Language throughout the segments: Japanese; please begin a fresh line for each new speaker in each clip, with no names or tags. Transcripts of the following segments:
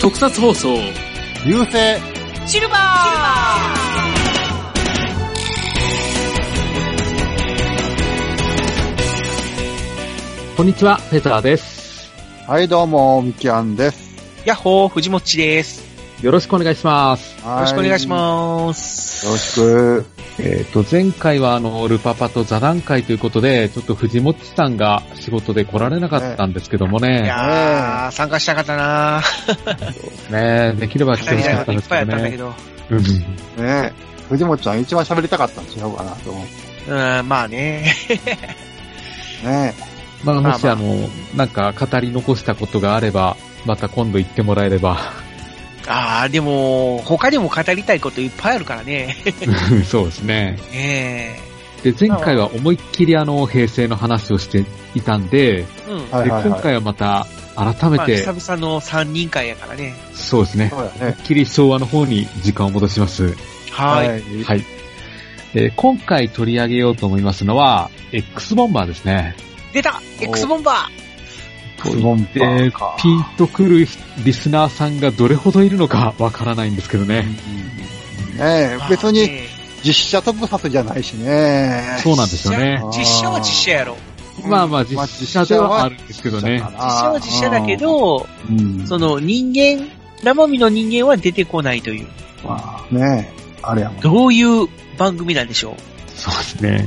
特撮放送
流星
シルバー
こんにちは、ペザーです。
はい、どうも、みきゃんです。
ヤッホー、藤もっちです。
よろしくお願いします。
よ
よろしくお願いし
ま
ます。
よろしく。
えっ、と、前回はあの、ルパパと座談会ということで、ちょっと藤本さんが仕事で来られなかったんですけども
い
ね、
やー、参加したかったなー。
ねできれば来
二
てほし
人
かった
いっ
です
ぱいあっ
け
た
ど
んだけ
ね。
ど。
うん
ねえ、藤本ちゃん一番喋りたかったん違うかなと思う。
うん、まあね。
ね
まあ、
まあ
もしあの、なんか語り残したことがあれば、また今度言ってもらえれば、
あー、でも、他にも語りたいこといっぱいあるからね。
そうですね。
ね
で、前回は思いっきりあの、平成の話をしていたんで、
え。うん。
え、はい
で、
はい
今
はい。
回はまた改め
まあ、
て、
久々の三人会やからね。
そうですね。
そうだ
思い
ね。
っきり昭和の方に時間を戻します。
はーい。
い
はい。えー今回取り上げようと思いますのは、X ボンバーですね。
出た
お
!X ボンバ
質問
で、ピン
か。
とくるリスナーさんがどれほどいるのか わからないんですけどね。
ねえ
ー、
別
まあ
に
ね
実写特撮じゃないしね。
そうなんですよね。
実写は実写やろ。
まあまあ実写ではあるんですけど
実
ね。
実写は実写だけ、ど、
うん
その人間、生身の人間は出てこないという。
ねえ、あれやもん。
どういう番組なんでしょう
そうですね。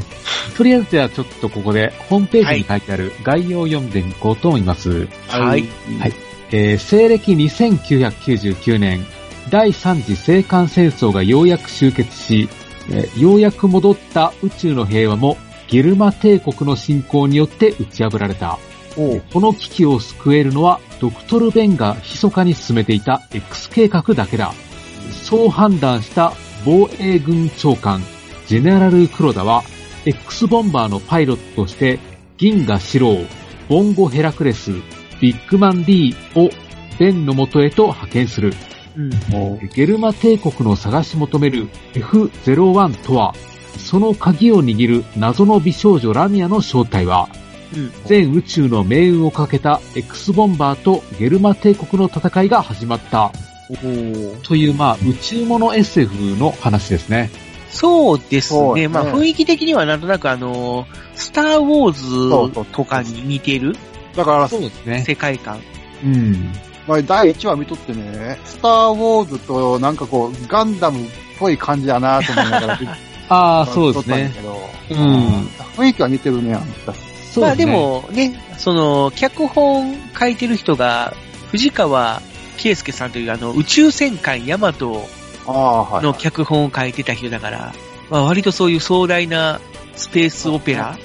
とりあえずじゃあちょっとここでホームページに書いてある概要を読んでいこうと思います。
はい。
はいえー西暦2999年、第三次青韓戦争がようやく終結し、えーようやく戻った宇宙の平和もゲルマ帝国の侵攻によって打ち破られた。
おう
この危機を救えるのはドクトル・ベンが密かに進めていた X 計画だけだ。そう判断した防衛軍長官、ジェネラル・黒田は、X ボンバーのパイロットとして、銀河四郎、ボンゴ・ヘラクレス、ビッグマン D をベンの元へと派遣する。
うん。
おう
ゲルマ帝国の探し求める F01 とは、その鍵を握る謎の美少女ラミアの正体は、
うん
全宇宙の命運をかけた X ボンバーとゲルマ帝国の戦いが始まった。という、まあ、宇宙物 SF の話ですね。
そうです
そう
ね。
ね
まあ雰囲気的にはなんとなくあの、スターウォ
そう
ー
そう
ズとかに似てる
だから、
うですね。
世界観。
うん。
前第1話見とってね、スターウォーズとなんかこう、ガンダムっぽい感じだなと思いながら、
ああ、そうです
見
ね。
とった
うん
やけど。
ん。
雰囲気は似てるね、あんた。
そう
まあ
です
で、
ね。
もね、その、脚本書いてる人が、藤川圭介さんというあの、宇宙戦艦ヤマト
ああ、はい。
の脚本を書いてた人だから、まあ割とそういう壮大なスペースオペラ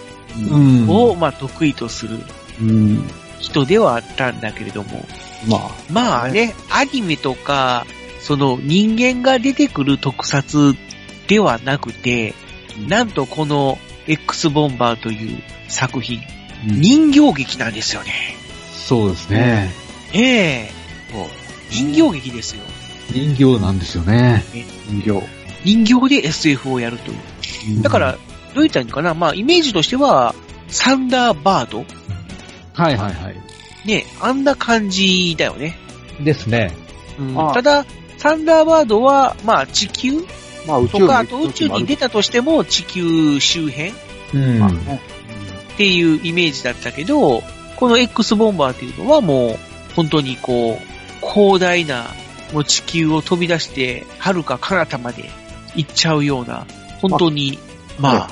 う。
うん
をまあ得意とする
ん。
人ではあったんだけれども、
まあ。
まあね、アニメとか、その人間が出てくる特撮ではなくて、なんとこの X ボンバーという作品、
うん
人形劇なんですよね。
そうですね。
ええ人形劇ですよ。
人形なんですよね。
人形。
人形で SF をやるという。だから、どう言ったらいいのかなまあ、イメージとしては、サンダーバード
はいはいはい。
ね、あんな感じだよね。
ですね。
うん
ああ
ただ、サンダーバードは、まあ、地球
まあ、宇宙
とか、あと宇宙に出たとしても、地球周辺
うん
まあね
っていうイメージだったけど、この X ボンバーっていうのはもう、本当にこう、広大な、もう地球を飛び出して、遥か彼方まで行っちゃうような、本当に、まあ、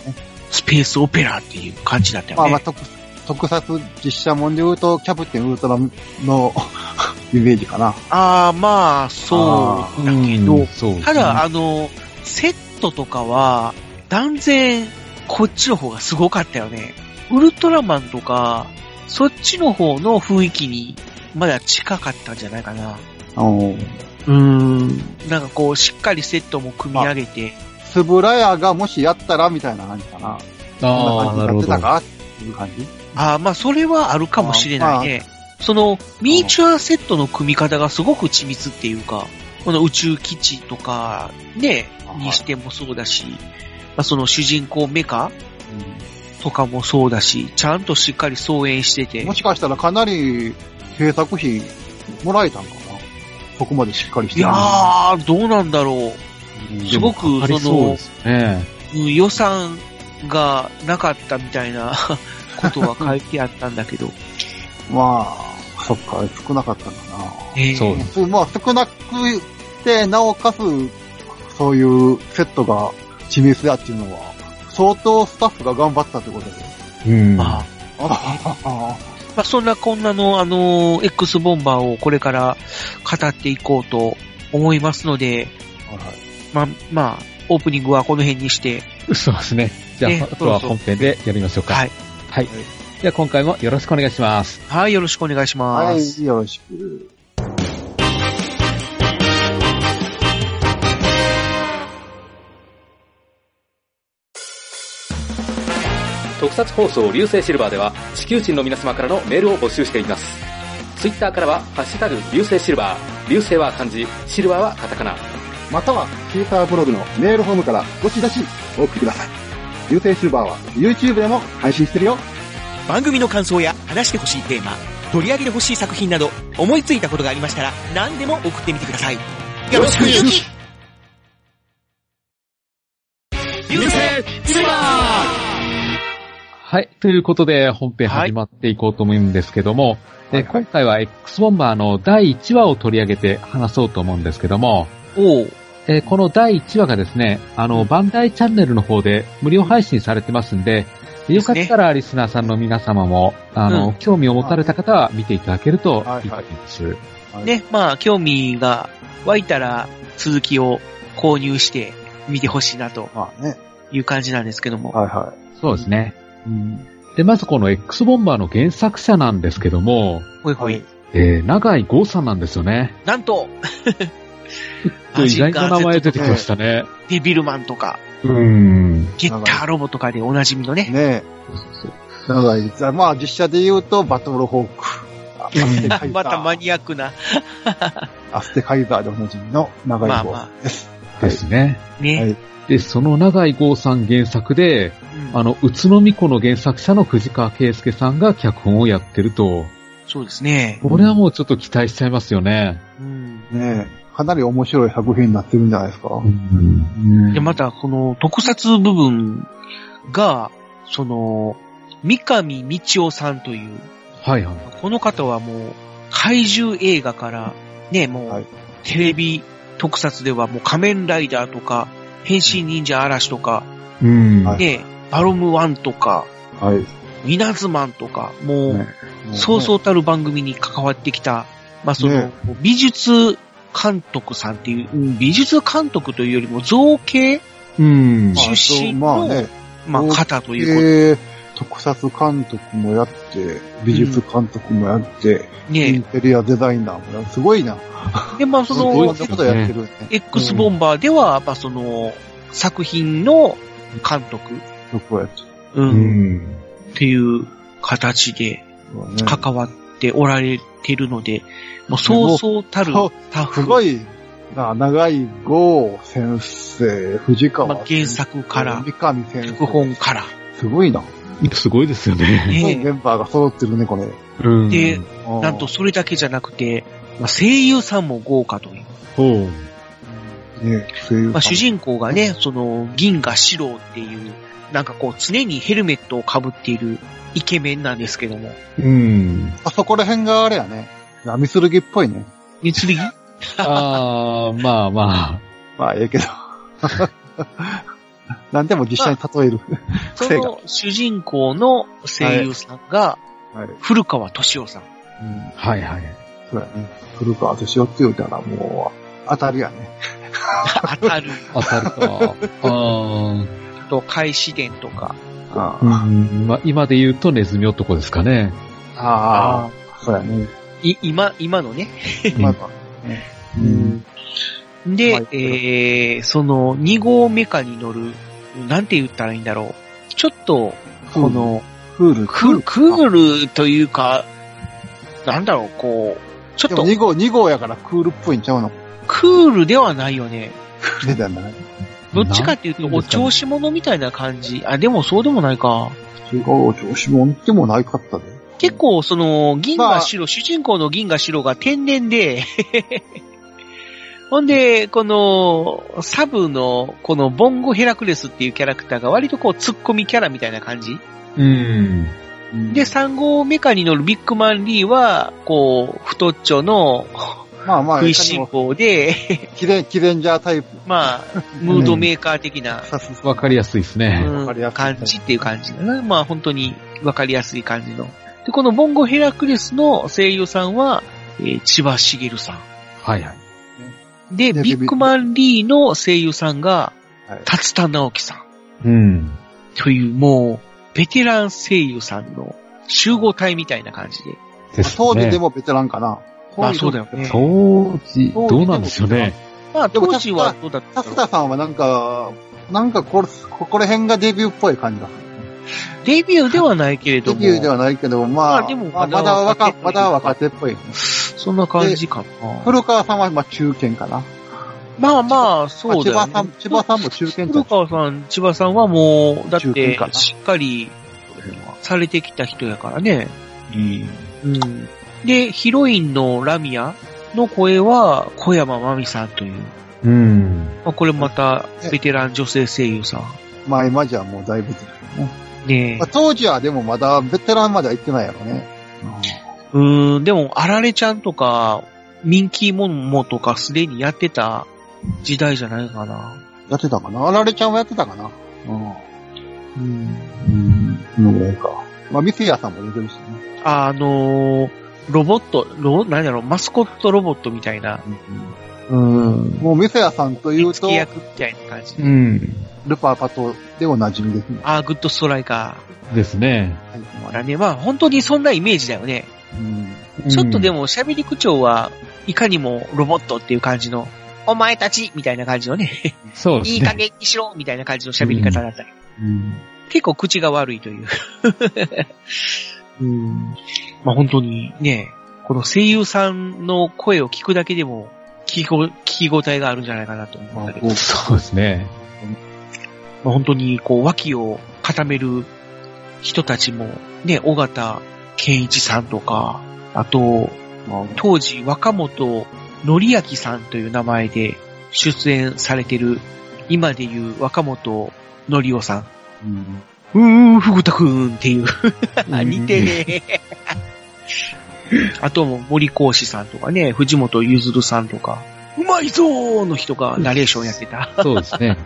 スペースオペラっていう感じだったよ
ま
ね。
あまあ、特特撮実写もんで言うと、キャプテンウルトラの イメージかな。
ああ、まあ、そうだけ
うん
ど、
そう。
ただ、、あの、セットとかは、断然、こっちの方がすごかったよね。ウルトラマンとか、そっちの方の雰囲気に、まだ近かったんじゃないかな。
うん。
うん。なんかこう、しっかりセットも組み上げて、
スブラヤがもしやったらみたいな感じかな。
ああ、な
こ
るほ
んな感じになって
ど。
たかっていう感じ。
ああ、まあ、それはあるかもしれないね。その、ミニチュアセットの組み方がすごく緻密っていうか、この宇宙基地とか、ね、
はい
にしてもそうだし、まあ、その主人公メカ
う
とかもそうだし、ちゃんとしっかり操演してて
ん、もしかしたらかなり制作費もらえたんかなここまでしっかりし
い
てる
や
のに
ー、どうなんだろう。
うん
すごく
でもかかりそうですね。
うん予算がなかったみたいなことは書いてあったんだけど。
まあ、そっか、少なかったんだ
ええ
そう
な。そうまあ、少なくて、なおかつ、そういうセットが致命性だっていうのは、相当スタッフが頑張ったってことで。
うん。
まあ、
ああ、
まあ、そんなこんなの、あのー X ボンバーをこれから語っていこうと思いますので、まあ、まあ、オープニングはこの辺にして、
そうですね。じゃ
ね
あ、あとは
そうそう
本編でやりましょうか。
はい。
はい。では今回もよろしくお願いします。
はい、よろしくお願いします。
はい。はい、よろしく。
特撮放送流星シルバーでは地球人の皆様からのメールを募集しています。ツイッターからは、ハッシュタグ、流星シルバー、流星は漢字、シルバーはカタカナ。
または、ツイッターブログのメールフォームからどしどしお送りください。流星シルバーは YouTube でも配信してるよ。
番組の感想や話してほしいテーマ取り上げてほしい作品など思いついたことがありましたら何でも送ってみてくださいよろしくゆき
はい。ということで、本編始まっていこうと思うんですけども、え今回は X ボンバーの第1話を取り上げて話そうと思うんですけども、
おう
えーこの第1話がですね、あの、バンダイチャンネルの方で無料配信されてますんで、よかったらリスナーさんの皆様も、あの、
うん
興味を持たれた方は見ていただけると
はい
いい
はい
です。
ね、まあ、興味が湧いたら続きを購入して見てほしいなと
まあね。
いう感じなんですけども。
はいは
そうですね。
い。うん。
で、まずこの X ボンバーの原作者なんですけども、
ほいほい。
はい
えー、長井剛さんなんですよね。
なんと
意外な名前出てきまし
ね。
たね。
デビルマンとか、
うーん。
ゲッターロボとかでおなじみのね。
ねえ。だから実は、まあ実写で言うと、バトルホーク。アステカイザー。
またマニアックな。
アステカイザーでおなじみの長い
まあ
方。
ま
ですね。
あ、ね。
はい
で、その長井剛さん原作で、
うん
あの、宇都宮湖の原作者の藤川圭介さんが脚本をやってると、
そうですね。
これはもうちょっと期待しちゃいますよね。
うん。
ねえ。かなり面白い作品になってるんじゃないですか。
うん
で、また、この特撮部分が、その、三上道夫さんという、
はいはい。
この方はもう、怪獣映画から、ね、もう、
はい
テレビ特撮ではもう仮面ライダーとか、変身忍者嵐とか、
うん。
はい
ね、バロムワンとか、
はい。
イナズマンとか、もう、
ね
そうそうたる番組に関わってきた、まあその
ね、
美術監督さんっていう、うん美術監督というよりも造形、
うん。
まあ
出身
まあ
の
ね、
まあ
造形
方というこ
えー、特撮監督もやって、美術監督もやって、
と。
イン
ね
テリアデザイナーもやる。すごいな。
で、まあそ
すごい
の
な、ことやってるね。
X ボンバーでは、まあその、作品の監督、
よくやってる
う、
うんん。
っていう形で
わね。
関わっておられてるので、もうそうそうたる
そうす
タフ、ま
ごいな、長い郷先生、藤川
あ原作から、
三上先
脚
生。
本から、
すごいな。
すごいですよね。
すごい
ね
メンバーが揃ってるね、これ。
うん
で
あー
なんと、それだけじゃなくて、まあ声優さんも豪華という。
ほう。
ね、声優
まあ、主人公がね、その、銀河四郎っていう、なんかこう、常にヘルメットをかぶっているイケメンなんですけども。
うん。
あそこら辺があれやね。波剣っぽいね。
三剣
ああ、まあま
まあ、ええ けど。何でも実写に例え る。
そ
癖が
の主人公の声優さんが、
はい。
古川敏夫さん。
うん
あ。はいはい。
そうやね。古川敏夫って言うたらもう、当たりやね。
当たる。
当たる か。あ
あと、開始伝とか。
あ
あ。うん。まあ今で言うとネズミ男ですかね。
ああ。そうやね。
い、今、今のね。
まあ、うん。
で、
はい
えー、その、2号メカに乗る、なんて言ったらいいんだろう。ちょっと、この、
クール。
ククールというか、なんだろう、こう、ちょっ
で
と
も、2号、二号やからクールっぽいんちゃうの
クールではないよね。
出たんだね。
どっちかっていうと、
なんていうん
お
ですかね
調子者みたいな感じ。あ、でもそうでもないか。
違う、調子もんでもないかったで。
結構、その、銀
まあ
河白、主人公の銀河白が天然で、 ほんで、この、サブの、この、ボンゴヘラクレスっていうキャラクターが割とこう、ツッコミキャラみたいな感じ。
うん。
で、3号メカに乗るビッグマンリーは、こう、太っちょの
まあまあ、
食いしん坊で、
キレン、キレンジャータイプ。
まあ、ムードメーカー的な、
さす
わかりやすいですね。
うん
わかりやすい
感じっていう感じだな。まあ本当にわかりやすい感じの。で、このボンゴヘラクレスの声優さんは、えー千葉茂さ
はいはい。
ん。で、
で
ビッグマンリーの声優さんが
はい、
達田直樹さん。
うん。
という、もう、ベテラン声優さんの集合体みたいな感じで。
です
当時
ね
で。もベテランかな。
まあそうだよね。
当時、どうなんでしょうね。
まあ
でも
当時はどうだった
タ
の
スタさんはなんか、なんかこれ、ここら辺がデビューっぽい感じだ。
デビューではないけれど
デ
も、
ビューではないけど、まあ、
まあでも
まあ
ま
ま
だ
だ
若
若
手、
まだ若手っぽい。
そんな感じかな。
古川さんはまあ中堅かな。
まあまあ、そうだよ、ね。
まあ千葉さん、千葉さんも中堅じゃ
黒
ん。
川さん、千葉さんはもう、だっ
中堅
て
か、な
しっかりされてきた人やからね。うん。で、ヒロインのラミアの声は、小山真美さんという。
うん。
まあ、これまた、ベテラン女性声優さん。
まあ今じゃもうだいぶ。
ね
まあ、当時はでもまだベテランまでは行ってないやろね。
うーん、でも、あられちゃんとか、ミンキーモンモとかすでにやってた時代じゃないかな。
やってたかなあられちゃんはやってたかなう
うん。
ん。うん。うん、か。まあ、ミスヤさんも出てるしね。
あのーロボット、ロ、何やろ、マスコットロボットみたいな。うん。
もうミスヤさんというと
付、き役みたいな感じ。
うん。
ルパーパトでおなじみですね。
あー、グッドストライカ
ですね。
はい
ー。だね。まあ、本当にそんなイメージだよね。
うん。
ちょっとでも、喋り口調はいかにもロボットっていう感じの、お前たちみたいな感じのね、
うん、そうですね。
いい加減にしろみたいな感じの喋り方だったり。
うん
結構口が悪いという。うん。まあ、本当にね、この声優さんの声を聞くだけでも、聞きご、聞き応えがあるんじゃないかなと思うんだけど、ま
そうですね。
あ、本当にこう、脇を固める人たちも、ね、尾形健一さんとか、あと、当時、若本のりあきさんという名前で出演されてる、今でいう若本のりおさん。
うん。
うーん、ふぐたくんっていう。あ 似てねえ。あとも森講師さんとかね、藤本ゆずるさんとか、うまいぞーの人がナレーションやってた。
そうですね。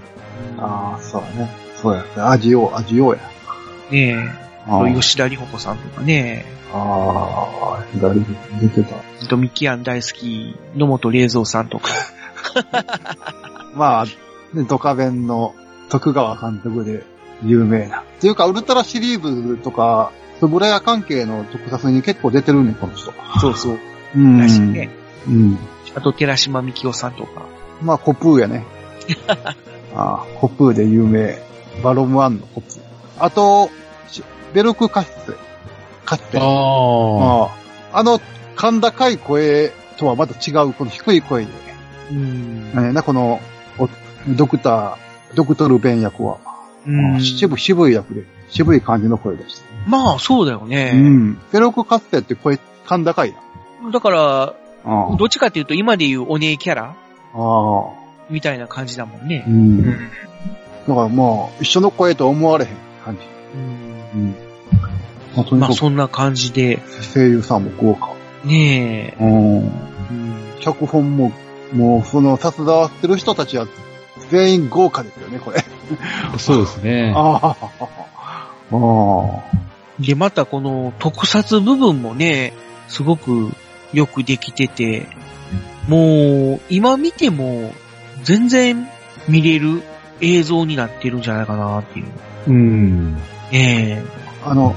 ああ、そうね。そうやね。味を、味をや。
ね
あ
え、吉田里穂子さんとかね、
あー、左出てた。
ドミキアン大好き野本玲三さんとか、
まあ、ねドカベンの徳川監督で有名な。っていうか、ウルトラシリーズとか、スブレア関係の特撮に結構出てるね、この人。
そうそう、
うん
らしいね。
うん。
あと寺島みきおさんとか、
まあ、コプーやね。 あーコプーで有名。バロムワンのコプー。あと、しベルクカッセ。カッセ。
ああ。
ああの、甲高い声とはまた違う、この低い声で、
うん
ね、な、この、おドクター、ドクトル弁役は、
うん
渋渋い役で、渋い感じの声でした。
まあ、そうだよね。
うん。ペロクカステって声、甲高いな。
だから、
あ
どっちかっていうと今で言うお姉キャラ
ああ。
みたいな感じだもんね
う。ん。だからまあ、一緒の声と思われへん感じ。
うん
うん。まあ、とに
まあ
かく
そんな感じで、
声優さんも豪華。
ね
うん。
え、うん
脚本も、もう、その、携わってる人たちは、全員豪華ですよね、これ。
そうですね。
ああ。ああ。
で、またこの特撮部分もね、すごくよくできてて、もう今見ても全然見れる映像になってるんじゃないかなっていう。
うん。
ね
あの、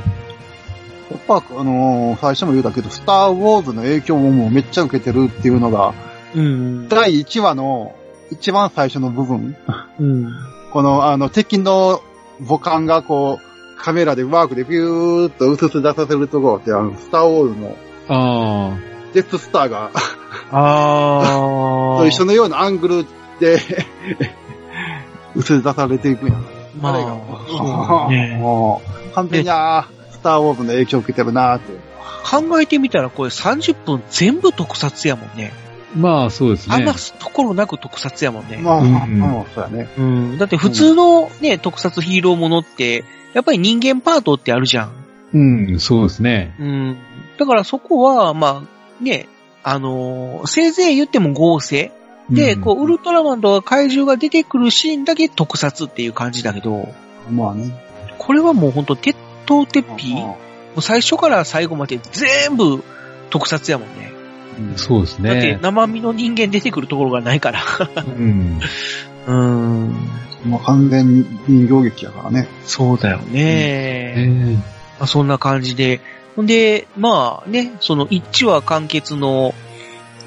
やっぱ、あのー最初も言うたけど、スター・ウォーズの影響ももうめっちゃ受けてるっていうのが、
え、うん、
第1話の一番最初の部分、
うん、
この、あの、敵の母艦がこう、カメラでワークでビューっと映し出させるところって、あの、スター・ウォーズの
ああ。
デス・スターが、
あ
と一緒のようなアングルで映し出されていくんやん。
ま
あれ
あ、そうね
もう、完全に、あースターウォーズの影響を受けてるなーって。
考えてみたらこれ30分全部特撮やもんね。
まあ、そうですね。
余すところなく特撮やもんね。
まあ、
うん
まあまあ、そうやね。
うん。だって普通のね、特撮ヒーローものって、やっぱり人間パートってあるじゃん。
うん、そうですね。
うん。だからそこは、まあ、ね、あのーせいぜい言っても合成。で、
ん
こう、ウルトラマンとか怪獣が出てくるシーンだけ特撮っていう感じだけど、
まあね。
これはもうほんと、鉄頭鉄皮、
ま
もう最初から最後まで全部特撮やもんね。
そうです
だって
ね。
生身の人間出てくるところがないから。
うん。
うん。
あもう完全に人形劇やからね。
そうだよね。
え
まあ、そんな感じで。ほんで、まあね、その一話完結の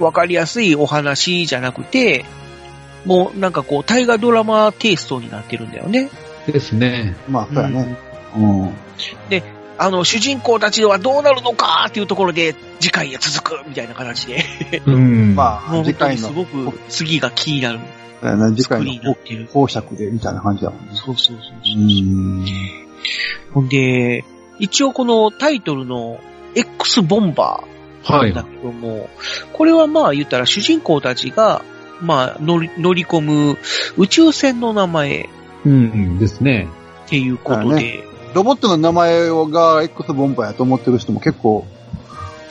わかりやすいお話じゃなくて、もうなんかこう、大河ドラマテイストになってるんだよね。
えですね。
まあ、そうやね。うん。
あの、主人公たちはどうなるのかっていうところで、次回へ続くみたいな形で、
うん。
ま
も
あ、
う本
次
当
回
に
の
す、ごく次が気になる
そうやね次
作
回
りにな
の
ってる。
公爵でみたいな感じだもんね。
そうそうそうそう
うーん。
ほんで、一応このタイトルの X ボンバー、
はい
だけども、これはまあ言ったら主人公たちが、まあ乗り乗り込む宇宙船の名前
うん、ですね。
っていうこと
だ
で、
ロボットの名前が X ボンバーやと思ってる人も結構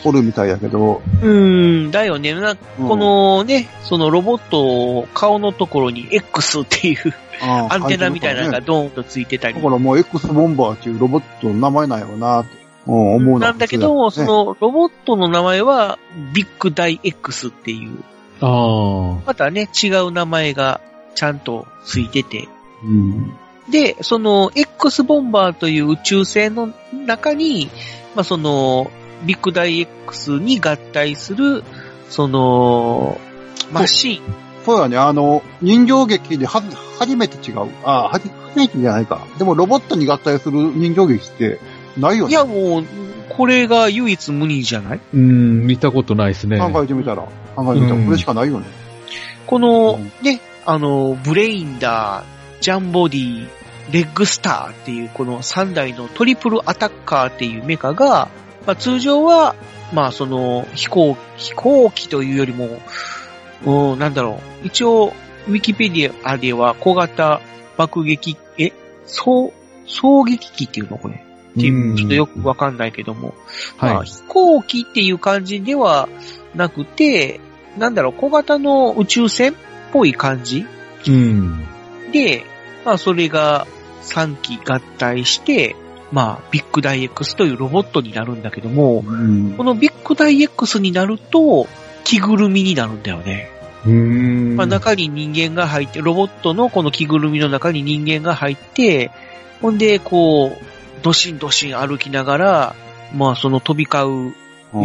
おるみたいやけど、
うーん、だよね。な
うん
このね、そのロボットを顔のところに X っていうア
ア
ンテナみたいなのが
だ
ドーンとついてたり。
からもう X ボンバーっていうロボットの名前なんやろうなって、うん思う
なんだけど、そのロボットの名前はビッグダイ X っていう、
ああ。
またね、違う名前がちゃんとついてて、
うん。
で、その X ボンバーという宇宙船の中に、まあ、その、ビッグダイ X に合体する、その、マシーン。
そうやね、あの、人形劇では初めて違う。ああ、はじ初めてじゃないか。でもロボットに合体する人形劇ってないよ
い
ね。
や、もう、これが唯一無二じゃない
うん、見たことないですね。
考えてみたら、考えてみたらこれしかないよね。
この
うん、
ね、あの、ブレインダー、ジャンボディ、レッグスターっていう、この3台のトリプルアタッカーっていうメカが、まあ、通常は、まあ、その、飛行、飛行機というよりも、うん、なんだろう。一応、ウィキペディアでは小型爆撃、え、そう、衝撃機っていうのこれ。っていう、ちょっとよくわかんないけども。まあ
はい。
飛行機っていう感じではなくて、なんだろう、小型の宇宙船っぽい感じ
うん。
で、まあそれが3機合体して、まあビッグダイ X というロボットになるんだけども、
うん
このビッグダイ X になると着ぐるみになるんだよね。
うん。
まあ中に人間が入って、ロボットのこの着ぐるみの中に人間が入って、ほんでこう、ドシンドシン歩きながら、まあその飛び交う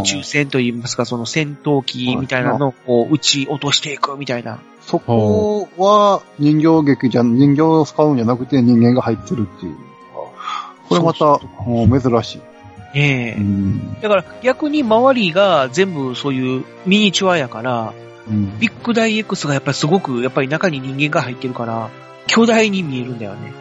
宇宙船といいますか、その戦闘機みたいなのをこう撃ち落としていくみたいな。
そこは人形劇じゃ、人形を使うんじゃなくて人間が入ってるっていう。これまた、うん珍しい。
ねえ。
ん。
だから逆に周りが全部そういうミニチュアやから、
うん
ビッグダイ X がやっぱりすごく、やっぱり中に人間が入ってるから、巨大に見えるんだよね。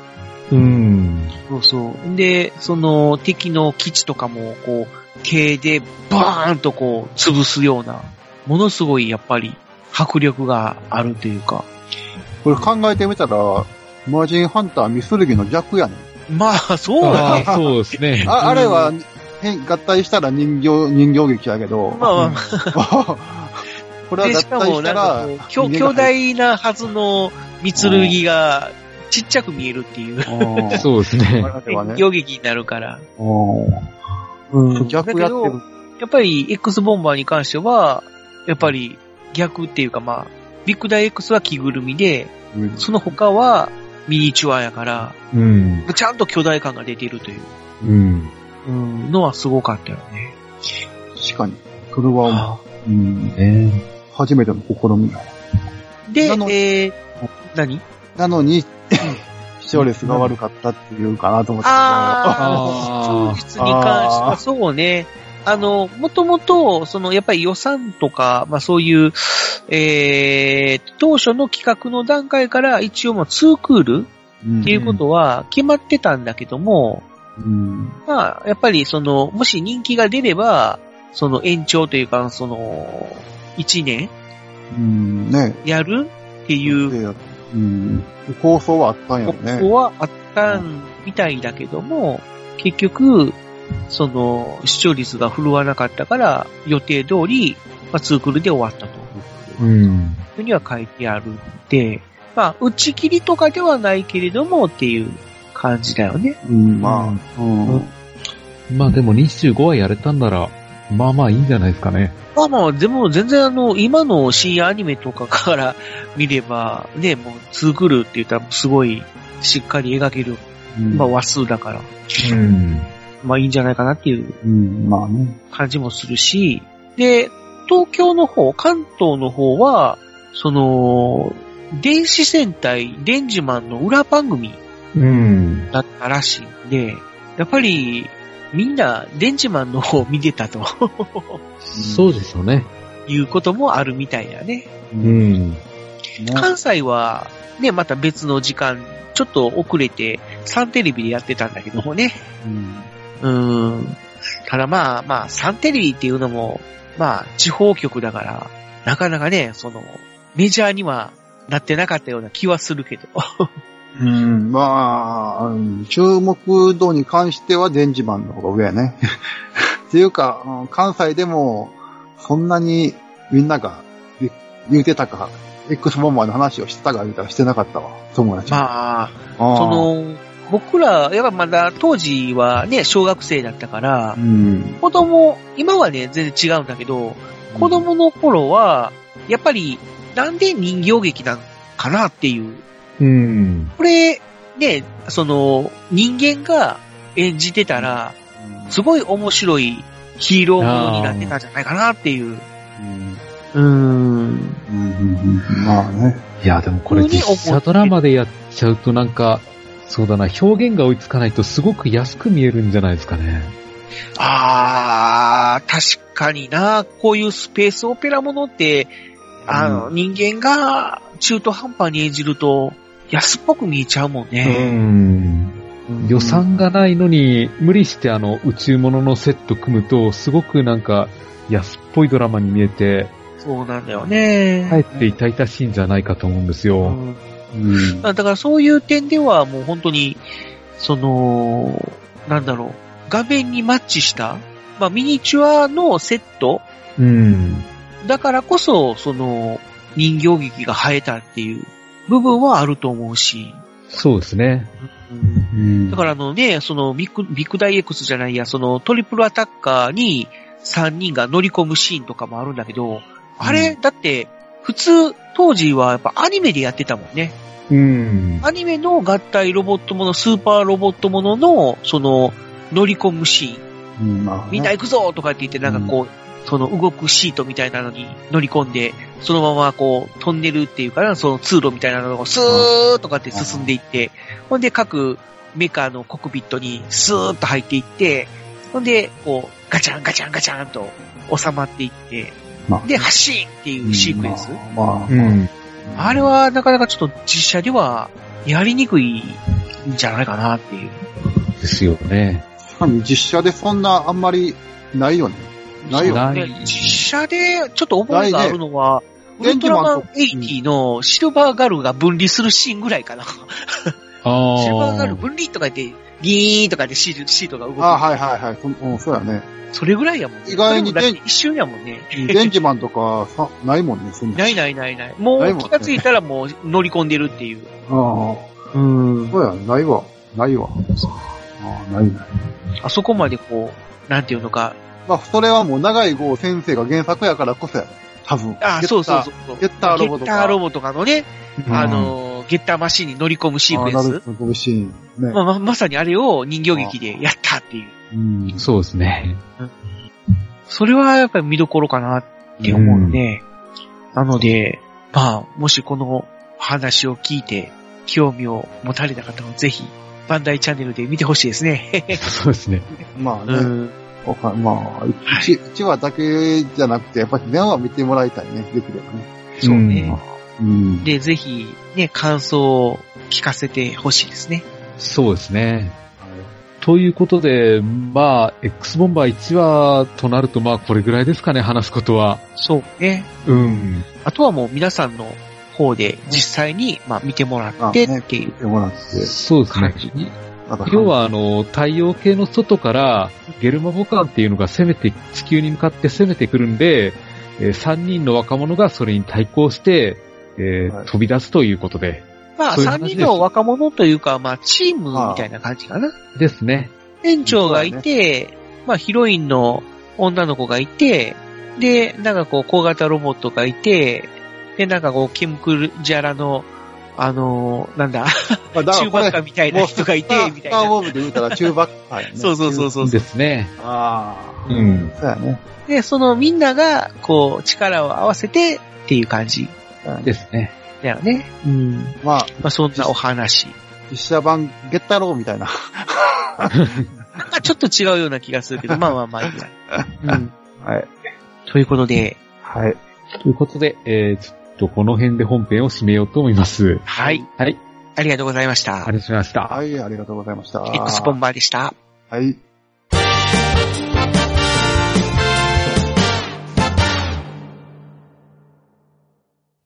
うん。
そうそう。で、その敵の基地とかも、こう、軽でバーンとこう、潰すような、ものすごいやっぱり迫力があるというか、
これ考えてみたら、マジンハンターミスルギの弱やねん。
まあ、そうだ
あ
ね。
あ、そうですね。
あ、あれは、変合体したら人形、人形劇やけど。
まあま あ、
これは
で、
合
しか
体
も
した
なんからこう、きょ
人
巨
間が入っ
大なはずの三剣がちっちゃく見えるっていう、
うん
そうですね。
あれはね。
予劇になるから。
うん
だけ
逆やってる
ど、。やっぱり X ボンバーに関しては、やっぱり逆っていうかまあ、ビッグダイ X は着ぐるみで、
うん
その他はミニチュアやから、
うん。
ちゃんと巨大感が出てるという
うん。
うんのはすごかったよね。
確かに。これは、うん
ね
初めての試みや。
で、え
なの
ー、何
なのに、視聴率が悪かったっていうかなと思って。
あー
ああ
普通に関しては、そうね。あの、もともと、その、やっぱり予算とか、まあそういう、えー、当初の企画の段階から一応もう2クール
うん
っていうことは決まってたんだけども、
うん。
まあ、やっぱりその、もし人気が出れば、その延長というか、その、1年
うん、ね
やるっていう
でうん。構想はあったんやろね。
ここはあったんみたいだけども、結局、その、視聴率が振るわなかったから、予定通り、まあ、ツークールで終わったと。
うん。
いうふうには書いてあるんで、まあ、打ち切りとかではないけれどもっていう感じだよね。
うん、まあ、うん。
まあでも25話やれたんなら、まあまあいいんじゃないですかね。
まあまあ、でも全然あの、今の深夜アニメとかから 見れば、ね、もうツークールって言ったらすごいしっかり描ける、
うん
まあ話数だから、
うん。
まあいいんじゃないかなっていう
うん、まあね。
感じもするし、で、東京の方、関東の方は、その、電子戦隊、デンジマンの裏番組
うん。
だったらしいんで、やっぱり、みんな、デンジマンの方を見てたと
そうでしょうね。
いうこともあるみたいだね。
うん。
ね
関西は、ね、また別の時間、ちょっと遅れて、サンテレビでやってたんだけどもね。
うん
うーん。ただまあまあ、サンテレビっていうのも、まあ、地方局だから、なかなかね、その、メジャーにはなってなかったような気はするけど。
うん、まあうん、注目度に関しては電磁版の方が上やね。 っていうか、うん関西でも、そんなにみんながび言うてたか、X ボンバーの話をしてたか言うたらしてなかったわ、友達。あ
まあ、
あ
そ、の、僕ら、やっぱまだ当時はね、小学生だったから
う、ん。
子供、今はね、全然違うんだけど、子供の頃は、やっぱり、なんで人形劇なんかなっていう。
うん。
これ、ね、その、人間が演じてたら、すごい面白いヒーローものになってたんじゃないかなっていう。
うん
うーん。
うんうんうんまあね。
いや、でもこれ実写ドラマでやっちゃうとなんか、そうだな、表現が追いつかないとすごく安く見えるんじゃないですかね。
あー、確かにな、こういうスペースオペラものって、あの、人間が中途半端に演じると、安っぽく見えちゃうもんね。
ん。予算がないのに、無理してあの、宇宙物のセット組むと、すごくなんか、安っぽいドラマに見えて、
そうなんだよね。
かえって痛々しいんじゃないかと思うんです
う
よ。
ん
うん
だからそういう点ではもう本当に、その、なんだろう、画面にマッチした、まあミニチュアのセット
うん。
だからこそ、その、人形劇が生えたっていう部分はあると思うし、
そうですね。
うん
うん
だからあのね、そのビッグ、ビッグダイエックスじゃないや、そのトリプルアタッカーに3人が乗り込むシーンとかもあるんだけど、あれ、だって、普通、当時はやっぱアニメでやってたもんね。
うん。
アニメの合体ロボットもの、スーパーロボットものの、その、乗り込むシーン、
うんまあね
みんな行くぞとかって言って、なんかこう、その動くシートみたいなのに乗り込んで、そのままこう、トンネルっていうかな、その通路みたいなのをスーッとかって進んでいって、ほんで各メカのコックピットにスーッと入っていって、ほんで、こう、ガチャンガチャンガチャンと収まっていって
ま、あ
で、発進っていうシークエンス。
まあ、
うん。
あれはなかなかちょっと実写ではやりにくいんじゃないかなっていう。
ですよね。
実写でそんなあんまりないよね。ないよ。
な
で
い
実写でちょっと思いがあるのは、ウ
ないね
ルトラマン
電気マンと
80のシルバーガルが分離するシーンぐらいかな。シ
ああ。
ルバーガル分離とか言って、ギーンとかでシールシートが動く。
あはいはいはい。そうん、そうや ね。
それぐらいやもんね。
意外に
それもだって一瞬やもんね。
電磁マンとかさ、ないもんね、そんな。
ないないないない。も
ないうもんね
気がついたらもう乗り込んでるっていう。
ああ。うん。そうや、ないわ。ないわ。ああ、ないない。
あそこまでこう、なんていうのか。
まあ、それはもう長い号先生が原作やからこそや。多分。
あ、そうそうそうそう。
ゲッターロボとか
ゲッターロボとかのね、
うん
あ、の、ゲッターマシンに乗り込むシークエ
あ
ン
あなる
ス。
ほど、こういうシーン。ね。
まあ、ままさにあれを人形劇でやったっていう。
うん。
そうですね。
それはやっぱり見どころかなって思うんで、なので、まあ、もしこの話を聞いて、興味を持たれた方はぜひ、バンダイチャンネルで見てほしいですね。
そうですね。
まあね。
うん。
わかまあ、1, 一話だけじゃなくて、やっぱり全話見てもらいたいね、できればね。
そうね。
うん。
で、ぜひ、ね、感想を聞かせてほしいですね。
そうですね。ということで、まあ、X ボンバー1話となると、まあ、これぐらいですかね、話すことは。
そうね。
うん。
あとはもう皆さんの方で実際に、まあ見てもらって
あね
っていう
見。てもらって。
そうですね。
なんか
要は、あの、太陽系の外から、ゲルマボカンっていうのが攻めて、地球に向かって攻めてくるんで、え3人の若者がそれに対抗して、えー
はい
飛び出すということで。
まあ
そういう
3
話です
人の若者というか、まあチームみたいな感じかな。
ですね。
店長がいて、まあヒロインの女の子がいて、で、なんかこう小型ロボットがいて、で、なんかこうケムクルジャラの、あのーなんだ、
まあ、だか
中
らこ
盤
れ、
化みたいな人がいて、みた
ス
い
ターウ
な。
ォームで見たら中ばっかやね。
そうそうそう
う。
そう。
ですね。
ああ。
うん。
そうやね。
で、そのみんなが、こう、力を合わせてっていう感じ
そうやね
ですね。
だよね。うん。ま
まあ、
あそんなお話。
実写版、ゲッタローみたいな。
なんかちょっと違うような気がするけど、まあまあまあいいや。うん。
はい。
ということで、
はい。
ということで、えー、ちょっとこの辺で本編を締めようと思います。
はい。
はい。
ありがとうございました
あ。りがとうございました。
はい、ありがとうございました。
X ボンバーでした。
はい。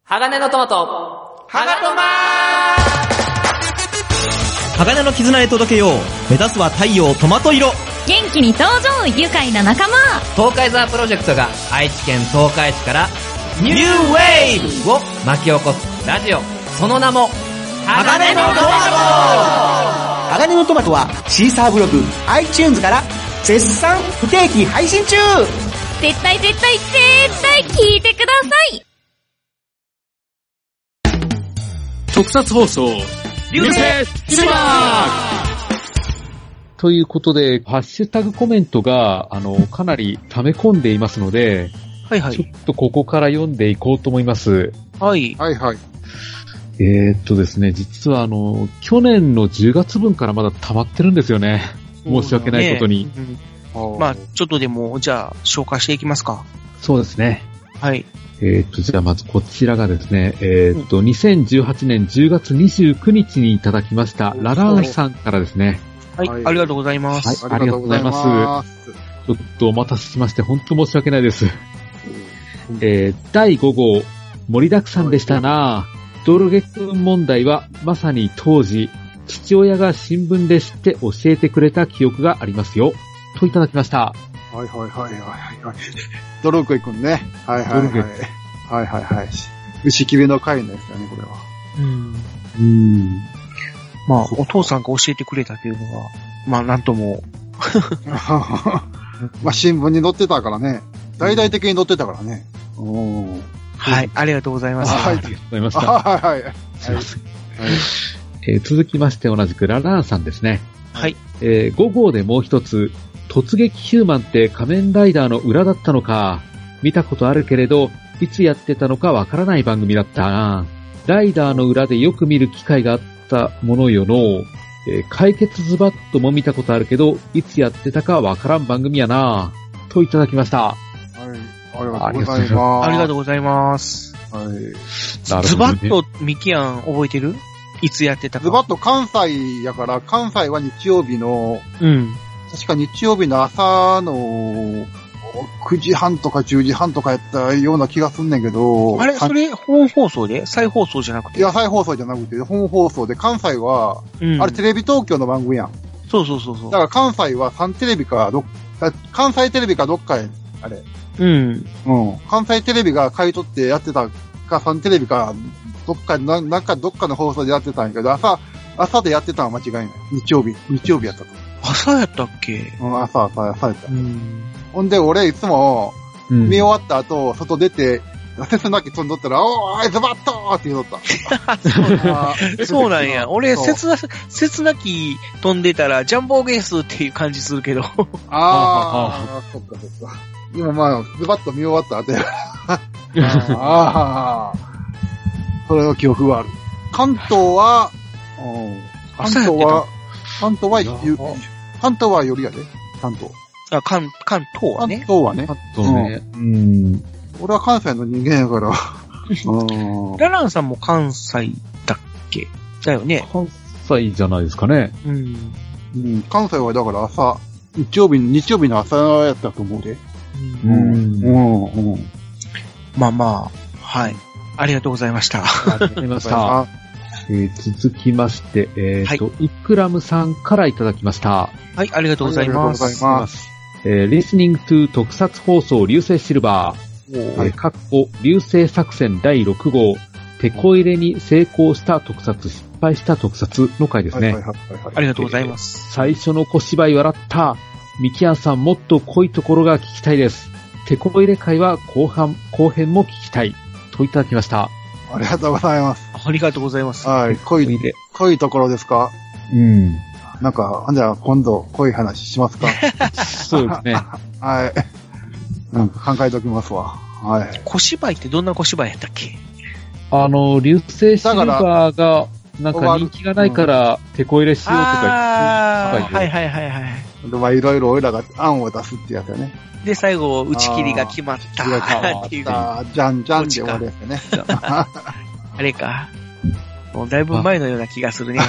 鋼のトマト、ハガトマ
鋼の絆へ届けよう目指すは太陽トマト色
元気に登場愉快な仲間
東海ザープロジェクトが愛知県東海市からニューウェイブを巻き起こすラジオ、その名も、鋼のトマ
鋼のトマトはシーサーブログ iTunes から絶賛不定期配信中
絶対絶対絶対聞いてください
特撮放送、流星シルバー
ということで、ハッシュタグコメントが、あの、かなり溜め込んでいますので、
はいは
ちょ
い。
っとここから読んでいこうと思います。
はい。
はいはい。
えー、っとですね、実はあの、去年の10月分からまだ溜まってるんですよね。申し訳ないことに。
うんま
ま
あ、ちょっとでも、じゃあ、紹介していきますか。
そうですね。
はい。
えー、っと、じゃあまずこちらがですね、えー、っと、2018年10月29日にいただきました、ララーンさんからですね。
はい。
はい
ありがとうございます。
はいありがとうございます
す。
ちょっとお待たせしまして、本当申し訳ないです。えー第5号、盛りだくさんでしたなドルゲ君問題は、まさに当時、父親が新聞で知って教えてくれた記憶がありますよ。といただきました。
はいはいはいはいはい。ドルクイ君ね。はいはいはい。
ドル
はいはいはい。牛切りの回のやつだね、これは。
うん。
うん。
まあ、お父さんが教えてくれたというのは、まあ、なんとも、
まあ新聞に載ってたからね。大々的に載ってたからね。おー
はい。ありがとうございます。
はい
ありがとうございまし
あ
た。
はいはい。
すいません。えー続きまして同じくララーンさんですね。
はい。
えー5号でもう一つ、突撃ヒューマンって仮面ライダーの裏だったのか。見たことあるけれど、いつやってたのかわからない番組だったな。ライダーの裏でよく見る機会があったものよのう。えー解決ズバッとも見たことあるけど、いつやってたかわからん番組やな。といただきました。
はい。ありがとうございます。
ありがとうございます。
う。はい。
なる
ズ
ほど
バ
ね
ッと、ミキアン覚えてるいつやってたか。
ズバッと関西やから、関西は日曜日の、
うん。
確か日曜日の朝の9時半とか10時半とかやったような気がすんねんけど、
あれそれ、本放送で再放送じゃなくて。
野菜放送じゃなくて、本放送で、関西は、
うん
あれテレビ東京の番組やん。
そうそうそうそ
だから関西は3テレビかどっ、あ関西テレビかどっかへ、あれ。
う。うん。
うん。関西テレビが買い取ってやってたか、3テレビか、どっか、ななんかどっかの放送でやってたんやけど、朝、朝でやってたのは間違いない。日曜日、日曜日やったと。
朝やったっけ
うん、朝、朝、朝やった
う。ん。
ほんで、俺いつも、
うん
見終わった後、外出て、せすなき飛んどったら、おーい、ズバッとーって言うと った。
そうなんや。俺、
そう
切な、切なき飛んでたら、ジャンボーゲースっていう感じする けど。
あー、そっかそっか。でもまあ、ズバッと見終わった後や。あー、それの記憶はある。関東は、うん関東は、関東は、ゆ関東はよりやで。関東。
あ関、関東は
関
ね。
東はね。
そうね。うん。
俺は関西の人間や から。うん
ラランさんも関西だっけだよね。
関西じゃないですかね。
うん。
うん、関西はだから朝、日曜日、日曜日の朝やったと思うで。
うん
うん
うん、うん。
まあまあ、はい。ありがとうございました。
わかりました。
あ
えー続きまして、えっ、と、イクラムさんからいただきました。
はい、ありがとうございます。
ありがとうございます。
えー、listening to 特撮放送流星シルバー、
はい
えーかっこ流星作戦第6号、テこ入れに成功した特撮、失敗した特撮の回ですね。
はいはいはいはい
ありがとうございます。
最初の小芝居笑った。ミキアンさんもっと濃いところが聞きたいです。テこ入れ会は後半、後編も聞きたい。といただきました。
ありがとうございます。
ありがとうございます。
はい。濃い、濃いところですか
うん。
なんか、じゃあ今度濃い話しますか
そうです ね。
はい。うん、考えときますわ。はい。
小芝居ってどんな小芝居やったっけ
あの、流星シルバーが、なんか人気がないから、テこ入れしようとか言って、
は
はいい
はいはいはい。
でまあ、いろいろ俺らが案を出すってやつよね。
で、最後、打ち切りが決まった
あー
っていう。あ
さあ、じゃんじゃんって終わるやつね。
れか。もうだいぶ前のような気がするね。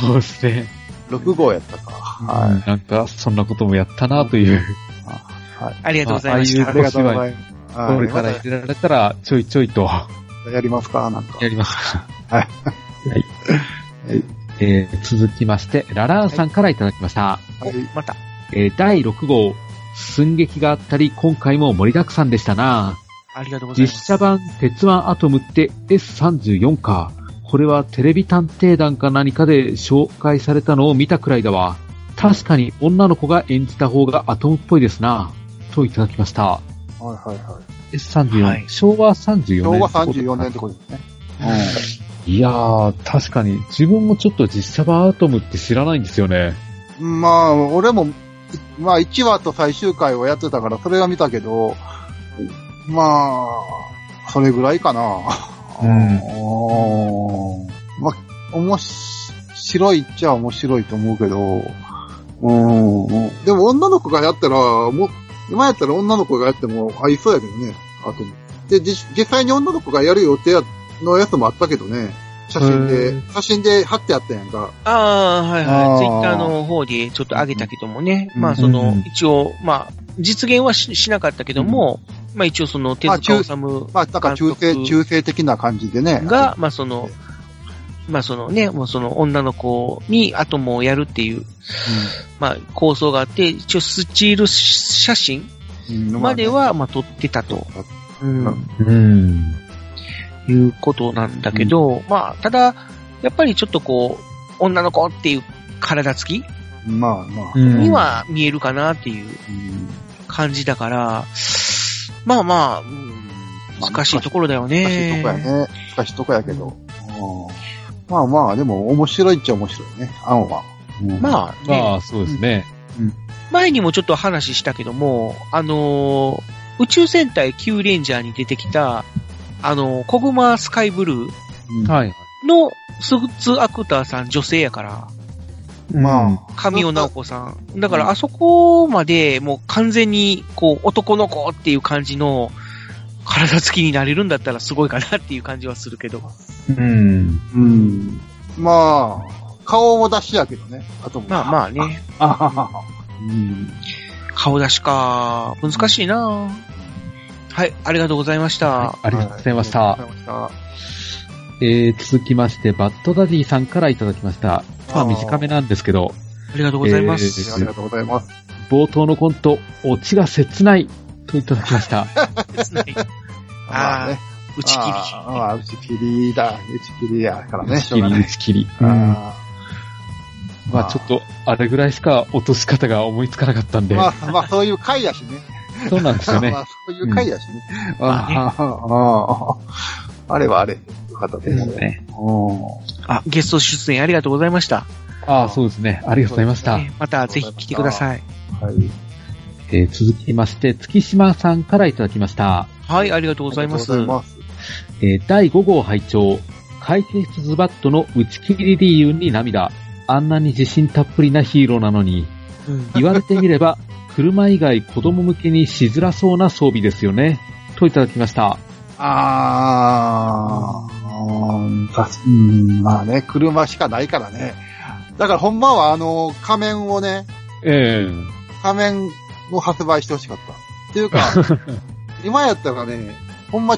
そうですね。
6号やったか。はい。
なんか、そんなこともやったなという。
ありがとうございまし
あ
た。
あ
あい
り
う
がとうございます。
こ
はい
れから入れられたら、ちょいちょいと、
またやりますかなんか。
やりますか。
はい
はい。
はい
えー続きまして、ララーンさんからいただきました。
はい。
また。
えー第6号、寸劇があったり、今回も盛りだくさんでしたな。
ありがとうございま
実
す。
写版鉄腕アトムって S34 か。これはテレビ探偵団か何かで紹介されたのを見たくらいだわ。確かに女の子が演じた方がアトムっぽいですな。といただきました。
はいはいはい。
S34、
はい
昭和34年。
昭和34年ってことですね。
いやー、確かに自分もちょっと実写版アトムって知らないんですよね。
うん。まあ、俺も、まあ、1話と最終回をやってたから、それは見たけど、まあ、それぐらいかな。
うん。
おーまあ、面白いっちゃ面白いと思うけど、うん。でも女の子がやったら、もう、今やったら女の子がやっても合いそうやけどね、あとに。で、実実際に女の子がやる予定やのやつもあったけどね、写真
へ
で、写真で貼ってあったやんか。
ああ、はい
あ
は
ー
い。ツイッターの方でちょっと上げたけどもね。
うん
まあ、そ
うんう
の
ん、
一応、まあ、実現はししなかったけども、まあ一応その、手
まあ中
塚治虫
まあ、なんか中
監
性、
督
中性的な感じでね。
が、まあその、まあそのね、もうその女の子にアトムをやるっていう、まあ構想があって、一応スチール写真
うん、うん
まで、は、まあ撮ってたと。うん。
うん。
いうことなんだけど、まあ、ただ、やっぱりちょっとこう、女の子っていう体つき
まあまあ。
には見えるかなっていう
うん
感じだから、まあまあ、うん難しいところだよね。
難しいとこやね。難しいとこやけど。うんまあまあ、でも面白いっちゃ面白いね、案は。うん
まあ、ね
まあ、そうですね。
前にもちょっと話したけども、あのー宇宙戦隊 Q レンジャーに出てきた、あのー、コグマスカイブルー
うん
はい。
のスーツアクターさん女性やから、
まあ、
神尾直子さん。だからあそこまでもう完全にこう男の子っていう感じの体つきになれるんだったらすごいかなっていう感じはするけど。
うん。
うん。まあ、顔も出しやけどね、あとも。
まあまあね、
あ。うん。
顔出しか、難しいなはい、ありがとうございました。
ありがとうございまし
は
た
あ。りがとうございまし
えー、続きまして、バッドダディさんからいただきました。まあ、短めなんですけど、
ありがとうございます。
え
たありがとうございます。
冒頭のコント、オチが切ない、といただきま した。
ですね
まあね
打ち切り。
ああまあ、打ち切りだ。打ち切りやからね、
打ち切り、打ち切り。うん
あ
まあ、ちょっと、あれぐらいしか落とし方が思いつかなかったん
あ
で、
まあ、まあ、そういう回やしね。
そうなんですよね
ま。あ、そういう回やしね。
まあ ね
あああああれはあれ。よかったと思うよ。うん
あ、ゲスト出演ありがとうございました。
ああ、そうですね。ありがとうございました。
ねまたぜひ来てください。
はい。
えー続きまして、月島さんからいただきました。
はい、ありがとうございます。
ありがとうございます。
えー第5号拝聴解決ズバットの打ち切り理由に涙。あんなに自信たっぷりなヒーローなのに、
うん
言われてみれば、車以外子供向けにしづらそうな装備ですよね。といただきました。
あー、たすうん、まあね、車しかないからね。だからほんまはあの、仮面をね、
ええ
仮面を発売してほしかった。って いうか、今やったらね、ほんま、